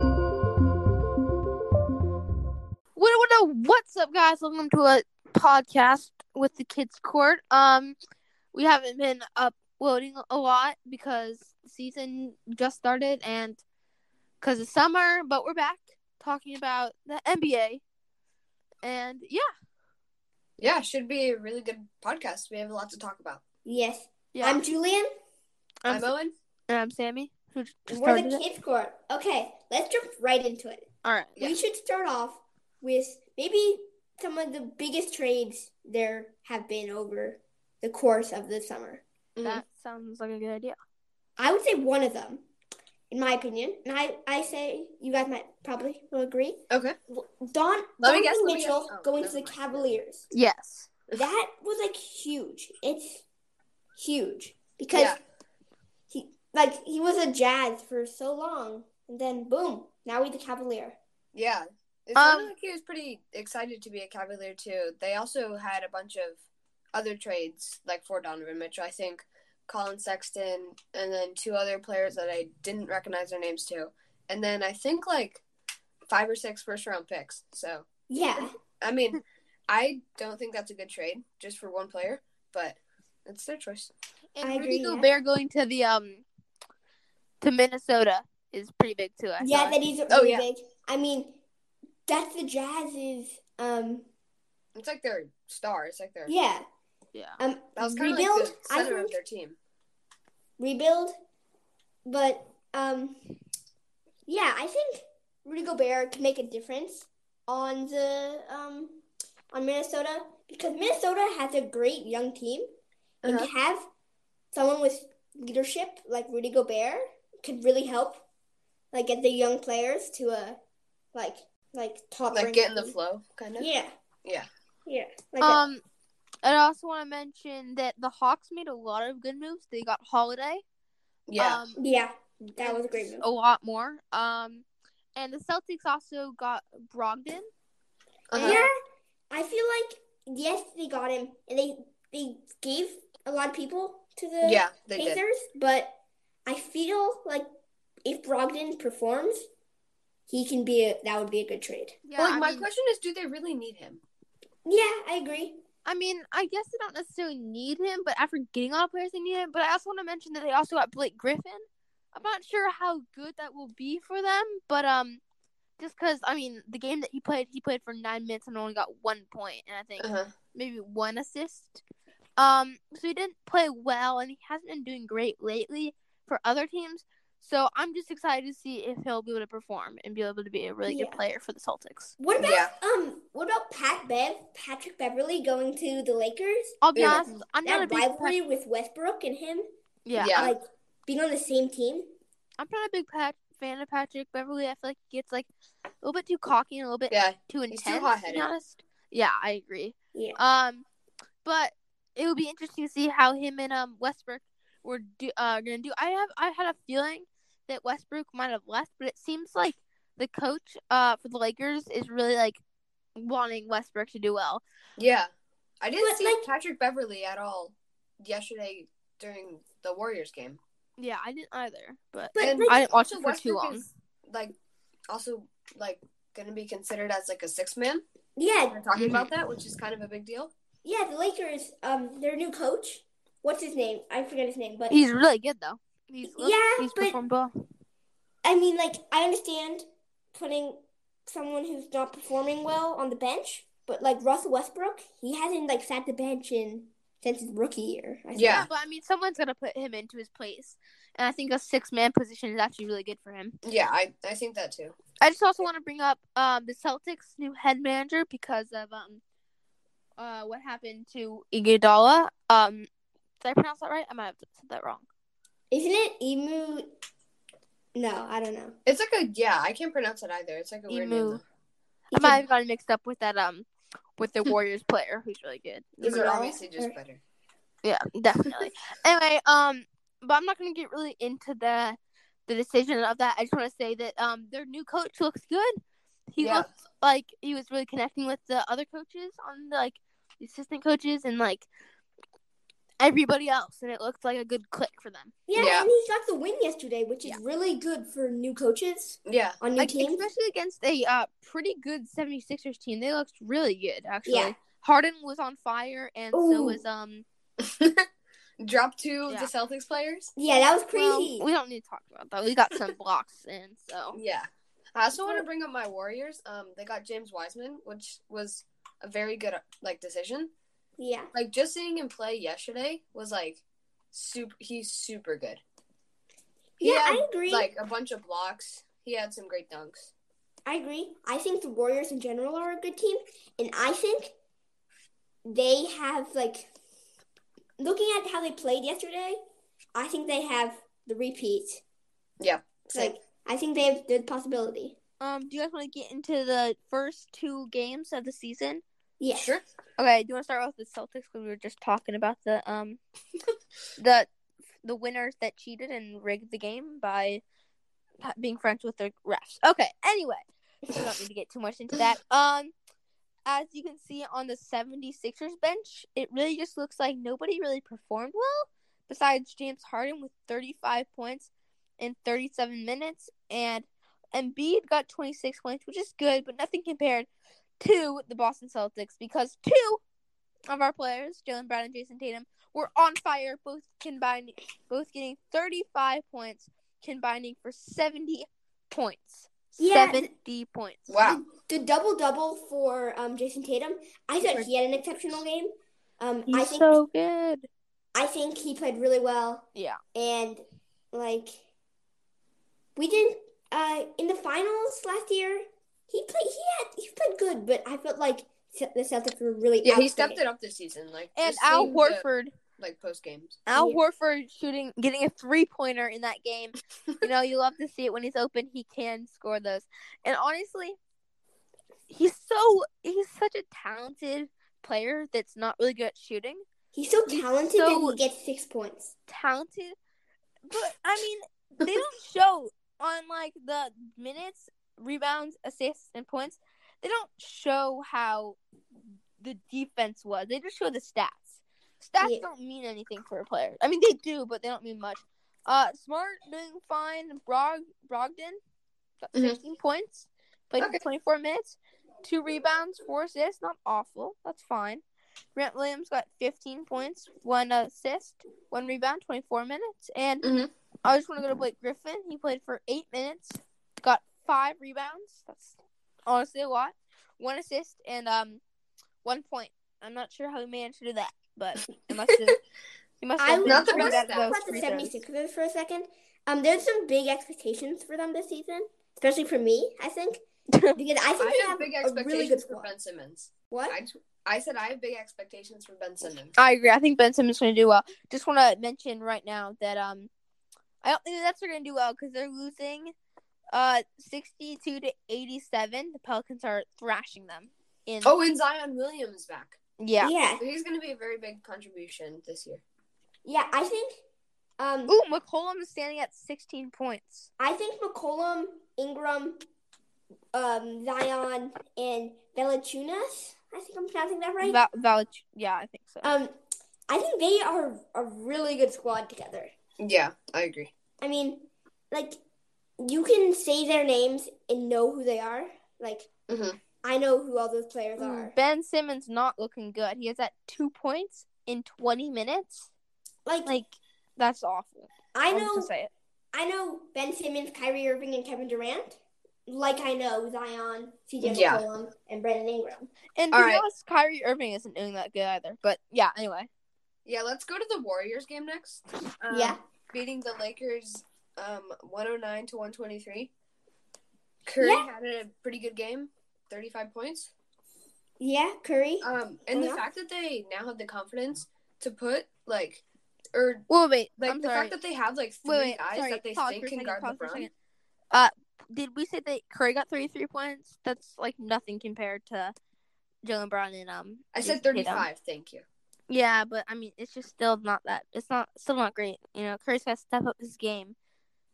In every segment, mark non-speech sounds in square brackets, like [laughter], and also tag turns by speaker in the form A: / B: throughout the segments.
A: So uh, what's up, guys? Welcome to a podcast with the Kids Court. Um, we haven't been uploading a lot because the season just started and because it's summer, but we're back talking about the NBA. And yeah,
B: Yeah, should be a really good podcast. We have a lot to talk about.
C: Yes.
A: yeah.
C: I'm Julian,
A: I'm-
B: I'm Owen.
A: and I'm Sammy. Who j-
C: and
A: just
C: we're
A: started
C: the
A: it.
C: kids' court. Okay, let's jump right into it.
A: All right.
B: Yeah.
C: We should start off with maybe some of the biggest trades there have been over the course of the summer.
A: That sounds like a good idea.
C: I would say one of them, in my opinion, and I, I say you guys might probably will agree.
B: Okay.
C: Don,
B: Let me
C: Donovan
B: guess, let me
C: Mitchell
B: guess. Oh,
C: going to
B: never
C: the
B: mind.
C: Cavaliers.
A: Yes.
C: That was like huge. It's huge because
B: Yeah.
C: he like he was a Jazz for so long, and then boom, now he's a Cavalier.
B: Yeah. It
A: Um,
B: sounded like he was pretty excited to be a Cavalier too. They also had a bunch of other trades like for Donovan Mitchell. I think Colin Sexton and then two other players that I didn't recognize their names to. And then I think like five or six first round picks. So
C: Yeah,
B: I mean, I don't think that's a good trade just for one player, but it's their choice.
A: And
C: I
A: Rudy
C: agree, yeah.
A: Gobert going to the um to Minnesota is pretty big too. I
C: yeah,
A: thought.
C: that is really
B: Oh, yeah.
C: big. I mean, that's the Jazz's. Um,
B: It's like their star. It's like their
C: yeah.
A: Yeah.
C: Um,
B: That was kind of
C: rebuild.
B: like the
C: I
B: center
C: think
B: of their team.
C: rebuild, but um, yeah, I think Rudy Gobert can make a difference on the um on Minnesota because Minnesota has a great young team. and
B: Uh-huh.
C: to have someone with leadership like Rudy Gobert could really help, like get the young players to a like like top
B: Like
C: ranked
B: get in the
C: team.
B: flow, kind of.
C: Yeah,
B: Yeah.
C: yeah. Like a-
A: Um, I also want to mention that the Hawks made a lot of good moves. They got Holiday.
B: Yeah.
A: Um,
C: yeah, that was a great move.
A: A lot more. Um, and the Celtics also got Brogdon.
B: Uh-huh.
C: Yeah, I feel like yes, they got him, and they they gave a lot of people to the
B: Yeah, they
C: Pacers,
B: did.
C: but I feel like if Brogdon performs, he can be a that would be a good trade.
A: Yeah,
B: But, like,
A: I,
B: my
A: mean,
B: question is, do they really need him?
C: Yeah, I agree.
A: I mean, I guess they don't necessarily need him, but after getting all the players, they need him. But I also want to mention that they also got Blake Griffin. I'm not sure how good that will be for them, but um, just because I mean, the game that he played, he played for nine minutes and only got one point, and I think
B: Uh-huh.
A: maybe one assist. Um, so he didn't play well, and he hasn't been doing great lately for other teams. So I'm just excited to see if he'll be able to perform and be able to be a really good
C: Yeah.
A: player for the Celtics.
C: What about
B: Yeah.
C: um? What about Pat Bev, Patrick Beverly going to the Lakers?
A: I'll be
B: Yeah.
A: honest, I'm not a
C: That
A: big Pat-
C: rivalry with Westbrook and him,
A: yeah,
B: Yeah.
C: like being on the same team.
A: I'm not a big Pat- fan of Patrick Beverly. I feel like he gets like a little bit too cocky and a little bit
B: Yeah.
A: too
B: He's
A: intense.
B: too
A: to
B: hot-headed.
A: be honest, yeah, I agree.
C: Yeah.
A: Um, but it would be interesting to see how him and um Westbrook were do, uh, gonna do. I have I had a feeling that Westbrook might have left, but it seems like the coach uh for the Lakers is really like wanting Westbrook to do well.
B: Yeah. I didn't
C: But,
B: see
C: like-
B: Patrick Beverly at all yesterday during the Warriors game.
A: Yeah, I didn't either, but
C: But
B: And
C: like,
A: I didn't watch
B: also
A: it for too
B: Westbrook
A: long.
B: is, like also like gonna be considered as like a six man.
C: yeah,
B: We're talking
A: Mhm.
B: about that, which is kind of a big deal.
C: yeah. The Lakers, um, their new coach. What's his name? I forget his name, but
A: he's really good though. He's
C: Yeah,
A: he's
C: but-
A: performed well.
C: I mean, like, I understand putting someone who's not performing well on the bench, but like Russell Westbrook, he hasn't like sat the bench in since his rookie year. I think.
B: Yeah.
A: but I mean, someone's gonna put him into his place, and I think a six man position is actually really good for him.
B: Yeah, I, I think that too.
A: I just also want to bring up um, the Celtics' new head manager because of um, uh, what happened to Iguodala. Um, did I pronounce that right? I might have said that wrong.
C: Isn't it Emu? No, I don't know.
B: It's like a yeah, I can't pronounce it either. It's like a weird
A: Emu.
B: name.
A: I might have gotten mixed up with that um, with the Warriors player who's really good.
B: These are
C: Iguodala
B: obviously just
C: or-
B: better.
A: Yeah, definitely. anyway, um, but I'm not gonna get really into the the decision of that. I just want to say that um, their new coach looks good. He
B: Yeah.
A: looked like he was really connecting with the other coaches on the, like the assistant coaches and like everybody else, and it looked like a good click for them.
C: Yeah,
B: Yeah.
C: and he got the win yesterday, which is
A: Yeah.
C: really good for new coaches
B: Yeah.
C: on new
A: Like
C: teams.
A: especially against a uh, pretty good 76ers team, they looked really good actually.
C: Yeah.
A: Harden was on fire, and so
C: Ooh.
A: was um.
B: Drop two
A: Yeah.
B: of the Celtics players.
C: Yeah, that was
A: well,
C: crazy.
A: we don't need to talk about that. We got some [laughs] blocks in, so
B: Yeah. I also want to bring up my Warriors. Um, they got James Wiseman, which was a very good like decision.
C: yeah,
B: Like just seeing him play yesterday was like super. He's super good. He
C: yeah,
B: had,
C: I agree.
B: like a bunch of blocks. He had some great dunks.
C: I agree. I think the Warriors in general are a good team, and I think they have like looking at how they played yesterday. I think they have the repeat.
B: Same.
C: Like I think they have the possibility.
A: um, do you guys want to get into the first two games of the season?
C: Yeah,
B: Sure.
A: Okay, do you want to start with the Celtics? Because we were just talking about the um, the the winners that cheated and rigged the game by ha- being friends with their refs. Okay, anyway, we don't need to get too much into that. Um, as you can see on the 76ers bench, it really just looks like nobody really performed well besides James Harden with 35 points in 37 minutes and Embiid got 26 points, which is good, but nothing compared to the Boston Celtics because two of our players, Jalen Brown and Jason Tatum, were on fire, both combining, both getting 35 points, combining for 70 points.
C: Yeah.
A: 70 points.
B: Wow.
C: the double double for um, Jason Tatum. I thought he had an exceptional game. Um, I think
A: so good.
C: I think he played really well.
A: Yeah.
C: and like we didn't uh in the finals last year he played he had he played good but i felt like Ce- the celtics were really
B: Yeah, he
C: outplayed.
B: stepped it up this season. Like
A: And
B: just
A: Al
B: seeing the,
A: Horford,
B: like post games.
A: Al
C: Yeah.
A: Horford shooting, getting a three pointer in that game. you know, you love to see it when he's open. He can score those. And honestly, he's so he's such a talented player that's not really good at shooting.
C: he's so
A: He's
C: talented
A: so-
C: that he gets six points
A: talented, but I mean, they don't show on like the minutes, rebounds, assists, and points. They don't show how the defense was. They just show the stats. Stats
C: Yeah.
A: don't mean anything for a player. I mean, they do, but they don't mean much. Uh, Smart doing fine. Brog Brogdon got
C: Mm-hmm.
B: Mhm.
A: 16 points, played for
B: Okay.
A: 24 minutes, two rebounds, four assists. Not awful. That's fine. Grant Williams got 15 points, one assist, one rebound, 24 minutes. And
C: Mm-hmm.
B: Mhm.
A: I just want to go to Blake Griffin. He played for eight minutes, got five rebounds. That's honestly a lot. One assist and um one point. I'm not sure how he managed to do that, but he must have. he must
C: [laughs] I
A: have
C: was
A: been
B: Not the
A: pretty
B: best
A: good at
B: stat.
A: those
C: about the
A: free throws.
C: 76ers for a second um there's some big expectations for them this season especially for me
B: [laughs]
C: i think because i think
B: I
C: they
B: have
C: have
B: big
C: a really good
B: expectations for
C: squad
B: Ben Simmons.
C: what
B: I, t- I said I have big expectations for Ben Simmons.
A: I agree. I think Ben Simmons going to do well. Just want to mention right now that um, I don't think that's going to do well because they're losing, uh, sixty-two to eighty-seven. The Pelicans are thrashing them. In
B: Oh, and Zion Williams back.
A: yeah.
C: yeah
B: He's going to be a very big contribution this year.
C: yeah i think um
A: Ooh, McCollum is standing at sixteen points.
C: I think McCollum, Ingram, um, Zion, and Valachunas. I think I'm pronouncing that right.
A: Val- Val- yeah, I think so.
C: um, I think they are a really good squad together.
B: Yeah, I agree.
C: I mean, like you can say their names and know who they are. Like
B: Mhm.
C: I know who all those players are.
A: Mm-hmm. Mm, Ben Simmons not looking good. He has at two points in twenty minutes.
C: Like,
A: Like that's awful.
C: I
A: I'm just
C: know,
A: gonna say it.
C: I know Ben Simmons, Kyrie Irving, and Kevin Durant. Like I know Zion, CJ
B: Yeah.
C: McCollum, and Brandon Ingram.
A: And to
B: All
A: be
B: right.
A: honest, Kyrie Irving isn't doing that good either. But yeah, anyway,
B: Yeah, let's go to the Warriors game next. Um,
C: yeah,
B: Beating the Lakers um, 109 to 123. Curry
C: Yeah.
B: had a pretty good game, 35 points.
C: yeah, Curry.
B: Um, and the
C: Yeah.
B: fact that they now have the confidence to put, like, or
A: well, wait.
B: like
A: I'm
B: the
A: sorry.
B: fact that they have like three
A: Wait, wait,
B: guys
A: sorry.
B: that they
A: pause
B: think
A: for a
B: can
A: second,
B: guard
A: pause for a
B: LeBron.
A: second. Uh, did we say that Curry got 33 points? That's like nothing compared to Jalen Brown and um.
B: I said
A: Jason Tatum.
B: 35. Thank you.
A: Yeah, but I mean, it's just still not that. It's not still not great. You know, Curry's got to step up his game.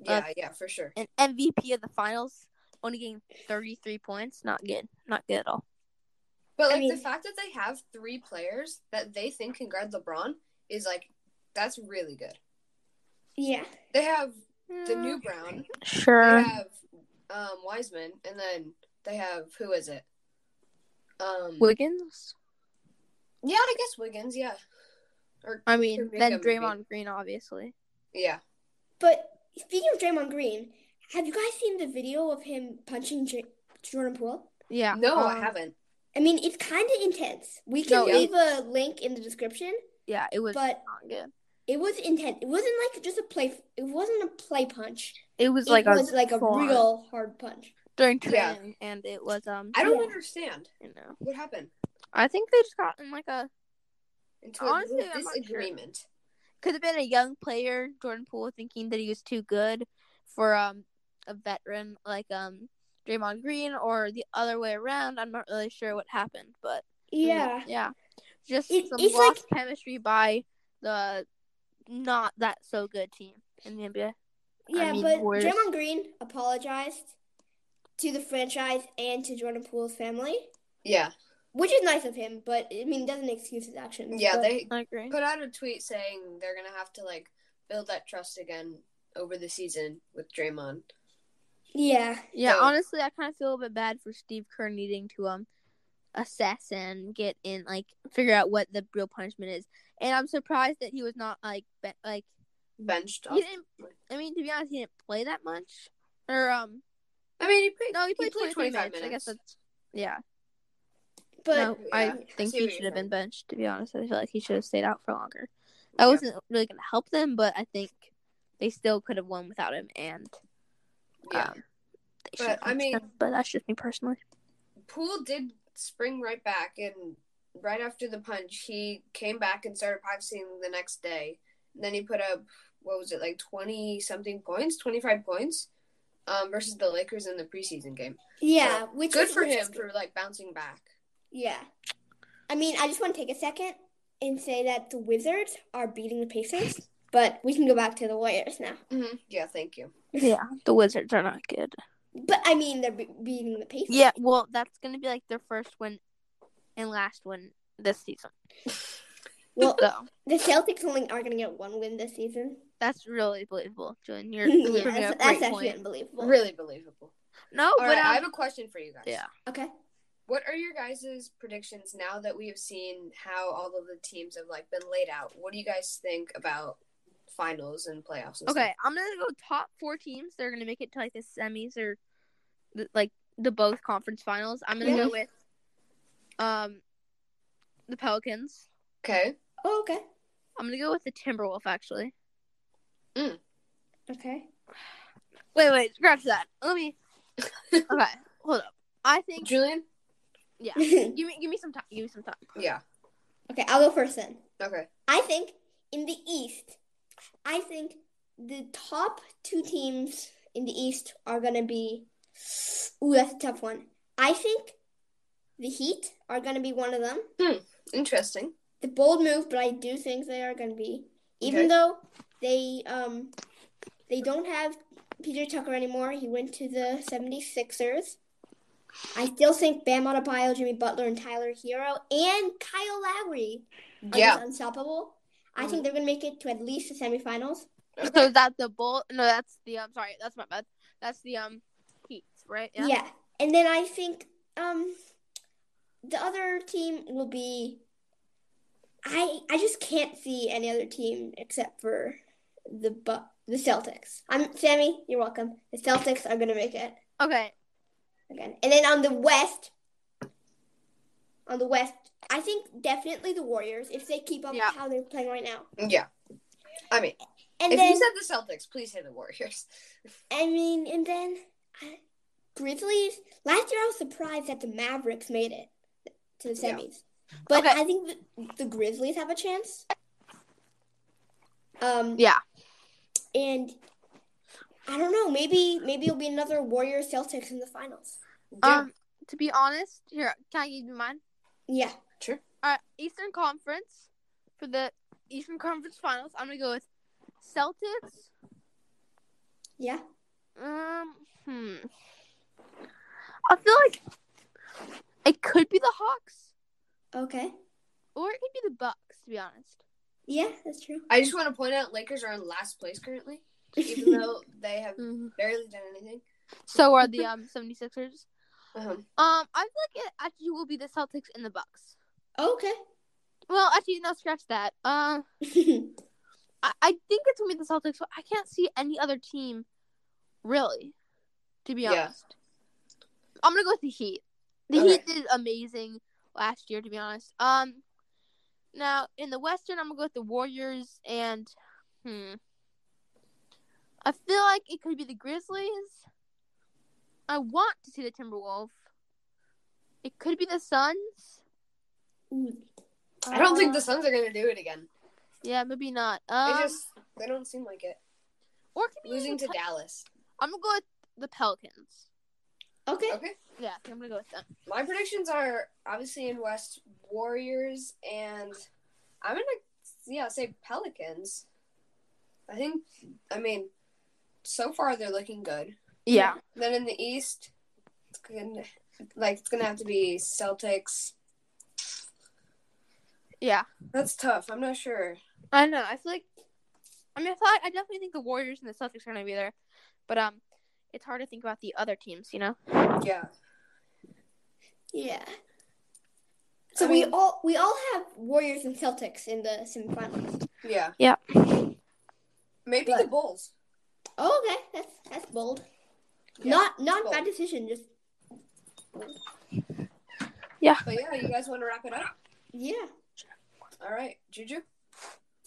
B: Yeah,
A: Uh,
B: yeah, for sure.
A: An MVP of the finals, only getting 33 points, not good. Not good at all.
B: But
C: I
B: like the
C: mean-
B: fact that they have three players that they think can guard LeBron is like that's really good.
C: Yeah.
B: They have the new Brown.
A: Mm. Sure.
B: They have um, Wiseman, and then they have who is it? Um,
A: Wiggins.
B: yeah, I guess Wiggins. Yeah,
A: I mean,
B: Kuminga
A: then
B: maybe.
A: Draymond Green, obviously.
B: yeah.
C: But speaking of Draymond Green, have you guys seen the video of him punching J- Jordan Poole?
A: Yeah.
B: No, I
A: um,
B: haven't.
C: I mean, it's kind of intense. We can
A: No, it-
C: leave a link in the description,
A: Yeah, it was
C: but
A: not good.
C: it was intense. It wasn't like just a play. It wasn't a play punch.
A: It was
C: It
A: like
C: was
A: a
C: like a
A: full-on-
C: real hard punch.
A: during
B: Yeah.
A: training, and it was um,
B: I don't
C: Yeah.
B: understand
A: you know,
B: what happened
A: I think they just got in like a
B: into a
A: Honestly,
B: little
A: I'm not sure.
B: disagreement.
A: could have been a young player, Jordan Poole, thinking that he was too good for um a veteran like um Draymond Green, or the other way around. I'm not really sure what happened, but
C: Yeah.
A: yeah, just
C: It-
A: some
C: it's
A: lost chemistry by the not that so good team in the NBA. I
C: Yeah,
A: mean,
C: but
A: worse.
C: Draymond Green apologized to the franchise and to Jordan Poole's family,
B: Yeah,
C: which is nice of him, but I mean, it doesn't excuse his actions.
B: yeah.
C: but-
B: They
A: I agree.
B: put out a tweet saying they're gonna have to like build that trust again over the season with Draymond.
C: Yeah.
A: Yeah,
B: So-
A: honestly, I kind of feel a bit bad for Steve Kerr needing to um assess and get in, like, figure out what the real punishment is. And I'm surprised that he was not like, be- like
B: Benched. Off.
A: he didn't. I mean, to be honest, he didn't play that much. Or um,
B: I mean, he played.
A: no, he played,
B: played
A: 23
B: 25
A: minutes. I guess
B: minutes.
A: that's yeah.
C: But
A: no, I
B: yeah, I
A: think
B: see
A: he
B: what
A: should
B: you're
A: have been
B: saying.
A: benched. To be honest, I feel like he should have stayed out for longer. That wasn't really gonna help them, but I think they still could have won without him. And
B: Yeah.
A: um, they
B: But,
A: should have
B: I
A: benched
B: mean-
A: him, but that's just me personally.
B: Poole did spring right back, and right after the punch, he came back and started practicing the next day. And then he put up what was it like twenty something points, twenty five points, um, versus the Lakers in the preseason game.
C: yeah, which
B: Good
C: is-
B: for
C: which
B: him
C: is-
B: for like bouncing back.
C: Yeah. I mean, I just want to take a second and say that the Wizards are beating the Pacers, but we can go back to the Warriors now.
B: Yeah, thank you.
A: Yeah, the Wizards are not good.
C: But I mean, they're be- beating the Pacers.
A: Yeah, well, that's gonna be like their first win and last win this season.
C: Well,
A: So
C: the Celtics only are going to get one win this season.
A: that's really believable, Julian.
C: [laughs]
A: You're
C: yeah,
A: proving
C: that's,
A: a great
C: that's actually
A: point.
C: unbelievable.
B: Really believable.
A: No,
B: All
A: but
B: right,
A: um,
B: I have a question for you guys.
A: yeah.
C: Okay.
B: What are your guys' predictions now that we have seen how all of the teams have like been laid out? What do you guys think about finals and playoffs? And
A: Okay, I'm gonna go top four teams. They're gonna make it to like the semis or the, like the both conference finals. I'm gonna go with um the Pelicans.
B: stuff? Okay.
C: Oh, okay.
A: I'm gonna go with the Timberwolf actually.
C: Okay. [laughs]
A: Wait, wait, scratch that. Let me. okay, hold up. I think.
B: Julian?
A: Yeah,
C: okay,
A: give me give me some time. Give me some time.
B: Yeah.
C: I'll go first then.
B: Okay.
C: I think in the East, I think the top two teams in the East are going to be. Ooh, that's a tough one. I think the Heat are going to be one of them.
B: Interesting.
C: The bold move, but I do think they are going to be. Even
B: Okay.
C: though they um they don't have PJ Tucker anymore. He went to the 76ers. I still think Bam Adebayo, Jimmy Butler, and Tyler Hero and Kyle Lowry are
B: Yeah. Mm.
C: just unstoppable. I think they're going to make it to at least the semifinals.
A: So is that the bull? No, that's the. I'm sorry, that's my bad. That's the um, Heat, right?
C: Yeah. And then I think um the other team will be I I just can't see any other team except for the Bu- the Celtics. I'm Sammy, you're welcome. The Celtics are going to make it
A: Okay.
C: again. And then on the West on the West, I think definitely the Warriors if they keep up
A: Yeah.
C: how they're playing right now.
B: Yeah. I mean,
C: And
B: if
C: then
B: you said the Celtics, please say the Warriors.
C: I mean, and then I, Grizzlies. Last year, I was surprised that the Mavericks made it to the
B: Yeah.
C: semis, but
A: Okay.
C: I think the, the Grizzlies have a chance. Um,
A: Yeah.
C: and I don't know. Maybe maybe it'll be another Warrior Celtics in the finals.
B: Yeah.
A: Um, to be honest, here can I give you mine?
C: Yeah.
B: sure.
A: All right, Eastern Conference for the Eastern Conference Finals. I'm gonna go with Celtics.
C: Yeah.
A: Um, hmm. I feel like it could be the Hawks
C: Okay.
A: or it could be the Bucks. To be honest,
C: Yeah, that's true.
B: I just want to point out Lakers are in last place currently,
A: [laughs]
B: even though they have
A: Mhm.
B: barely done anything.
A: So are the um 76ers.
B: Uh-huh.
A: Um, I feel like it actually will be the Celtics and the Bucks.
C: [laughs]
B: [laughs]
C: okay.
A: Well, actually, no, scratch that. Um, I, I think it's gonna be the Celtics. But I can't see any other team, really, to be
B: Yeah.
A: honest. I'm gonna go with the Heat. The
B: Okay.
A: Heat did amazing last year, to be honest. Um, now in the Western, I'm gonna go with the Warriors and hmm. I feel like it could be the Grizzlies. I want to see the Timberwolves. It could be the Suns.
C: Mm.
B: I don't think
A: Uh,
B: the Suns are gonna do it again.
A: Yeah, maybe not. Um,
B: They just they don't seem like it.
A: or it could be
B: Losing
A: the
B: to
A: Pe-
B: Dallas.
A: I'm gonna go with the Pelicans.
C: okay.
B: Okay.
A: Yeah, I think I'm gonna go with them.
B: My predictions are obviously in West Warriors and I'm gonna yeah, say Pelicans. I think I mean so far they're looking good.
A: Yeah.
B: Then in the East it's gonna like it's gonna have to be Celtics.
A: Yeah.
B: That's tough. I'm not sure.
A: I don't know. I feel like I mean I thought I definitely think the Warriors and the Celtics are gonna be there. But um it's hard to think about the other teams, you know?
B: Yeah.
C: Yeah. So
B: I
C: we
B: mean-
C: all we all have Warriors and Celtics in the semifinals.
B: Yeah.
A: Yeah.
B: Maybe the
C: But-
B: Bulls.
C: Oh, okay, that's that's bold.
B: Yeah,
C: not not
B: bold.
C: bad decision. Just
B: But yeah, you guys wanna wrap it up?
C: yeah.
B: All right. Juju?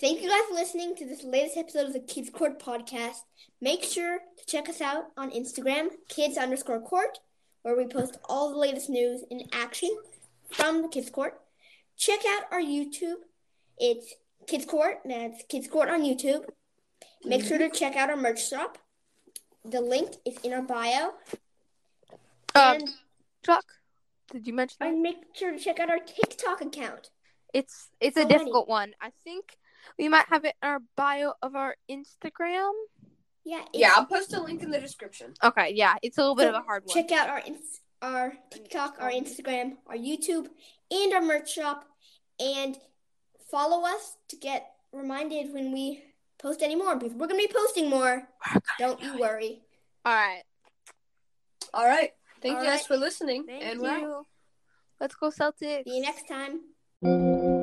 C: Thank you guys for listening to this latest episode of the Kids Court podcast. Make sure to check us out on Instagram, kids underscore court, where we post all the latest news and action from the Kids Court. Check out our YouTube. It's Kids Court, and that's Kids Court on YouTube. Make sure to
B: Mm-hmm.
C: check out our merch shop. The link is in our bio.
B: Uh,
A: Um
C: and,
A: Chuck, did you mention that?
C: and make sure to check out our TikTok account.
A: It's it's a
C: so many.
A: difficult one. I think we might have it in our bio of our Instagram.
C: Yeah, it's-
B: Yeah, I'll post a link in the description.
A: Okay, yeah, it's a little bit of a hard one.
C: Check out our ins- our TikTok, our Instagram, our YouTube, and our merch shop, and follow us to get reminded when we post any more. Because we're gonna be posting more. Don't you worry.
A: All right.
B: All right. Thank
C: All
B: you guys
C: right.
B: for listening.
A: Thank
B: and
A: you.
B: we're out.
A: Let's go Celtics.
C: See you next time.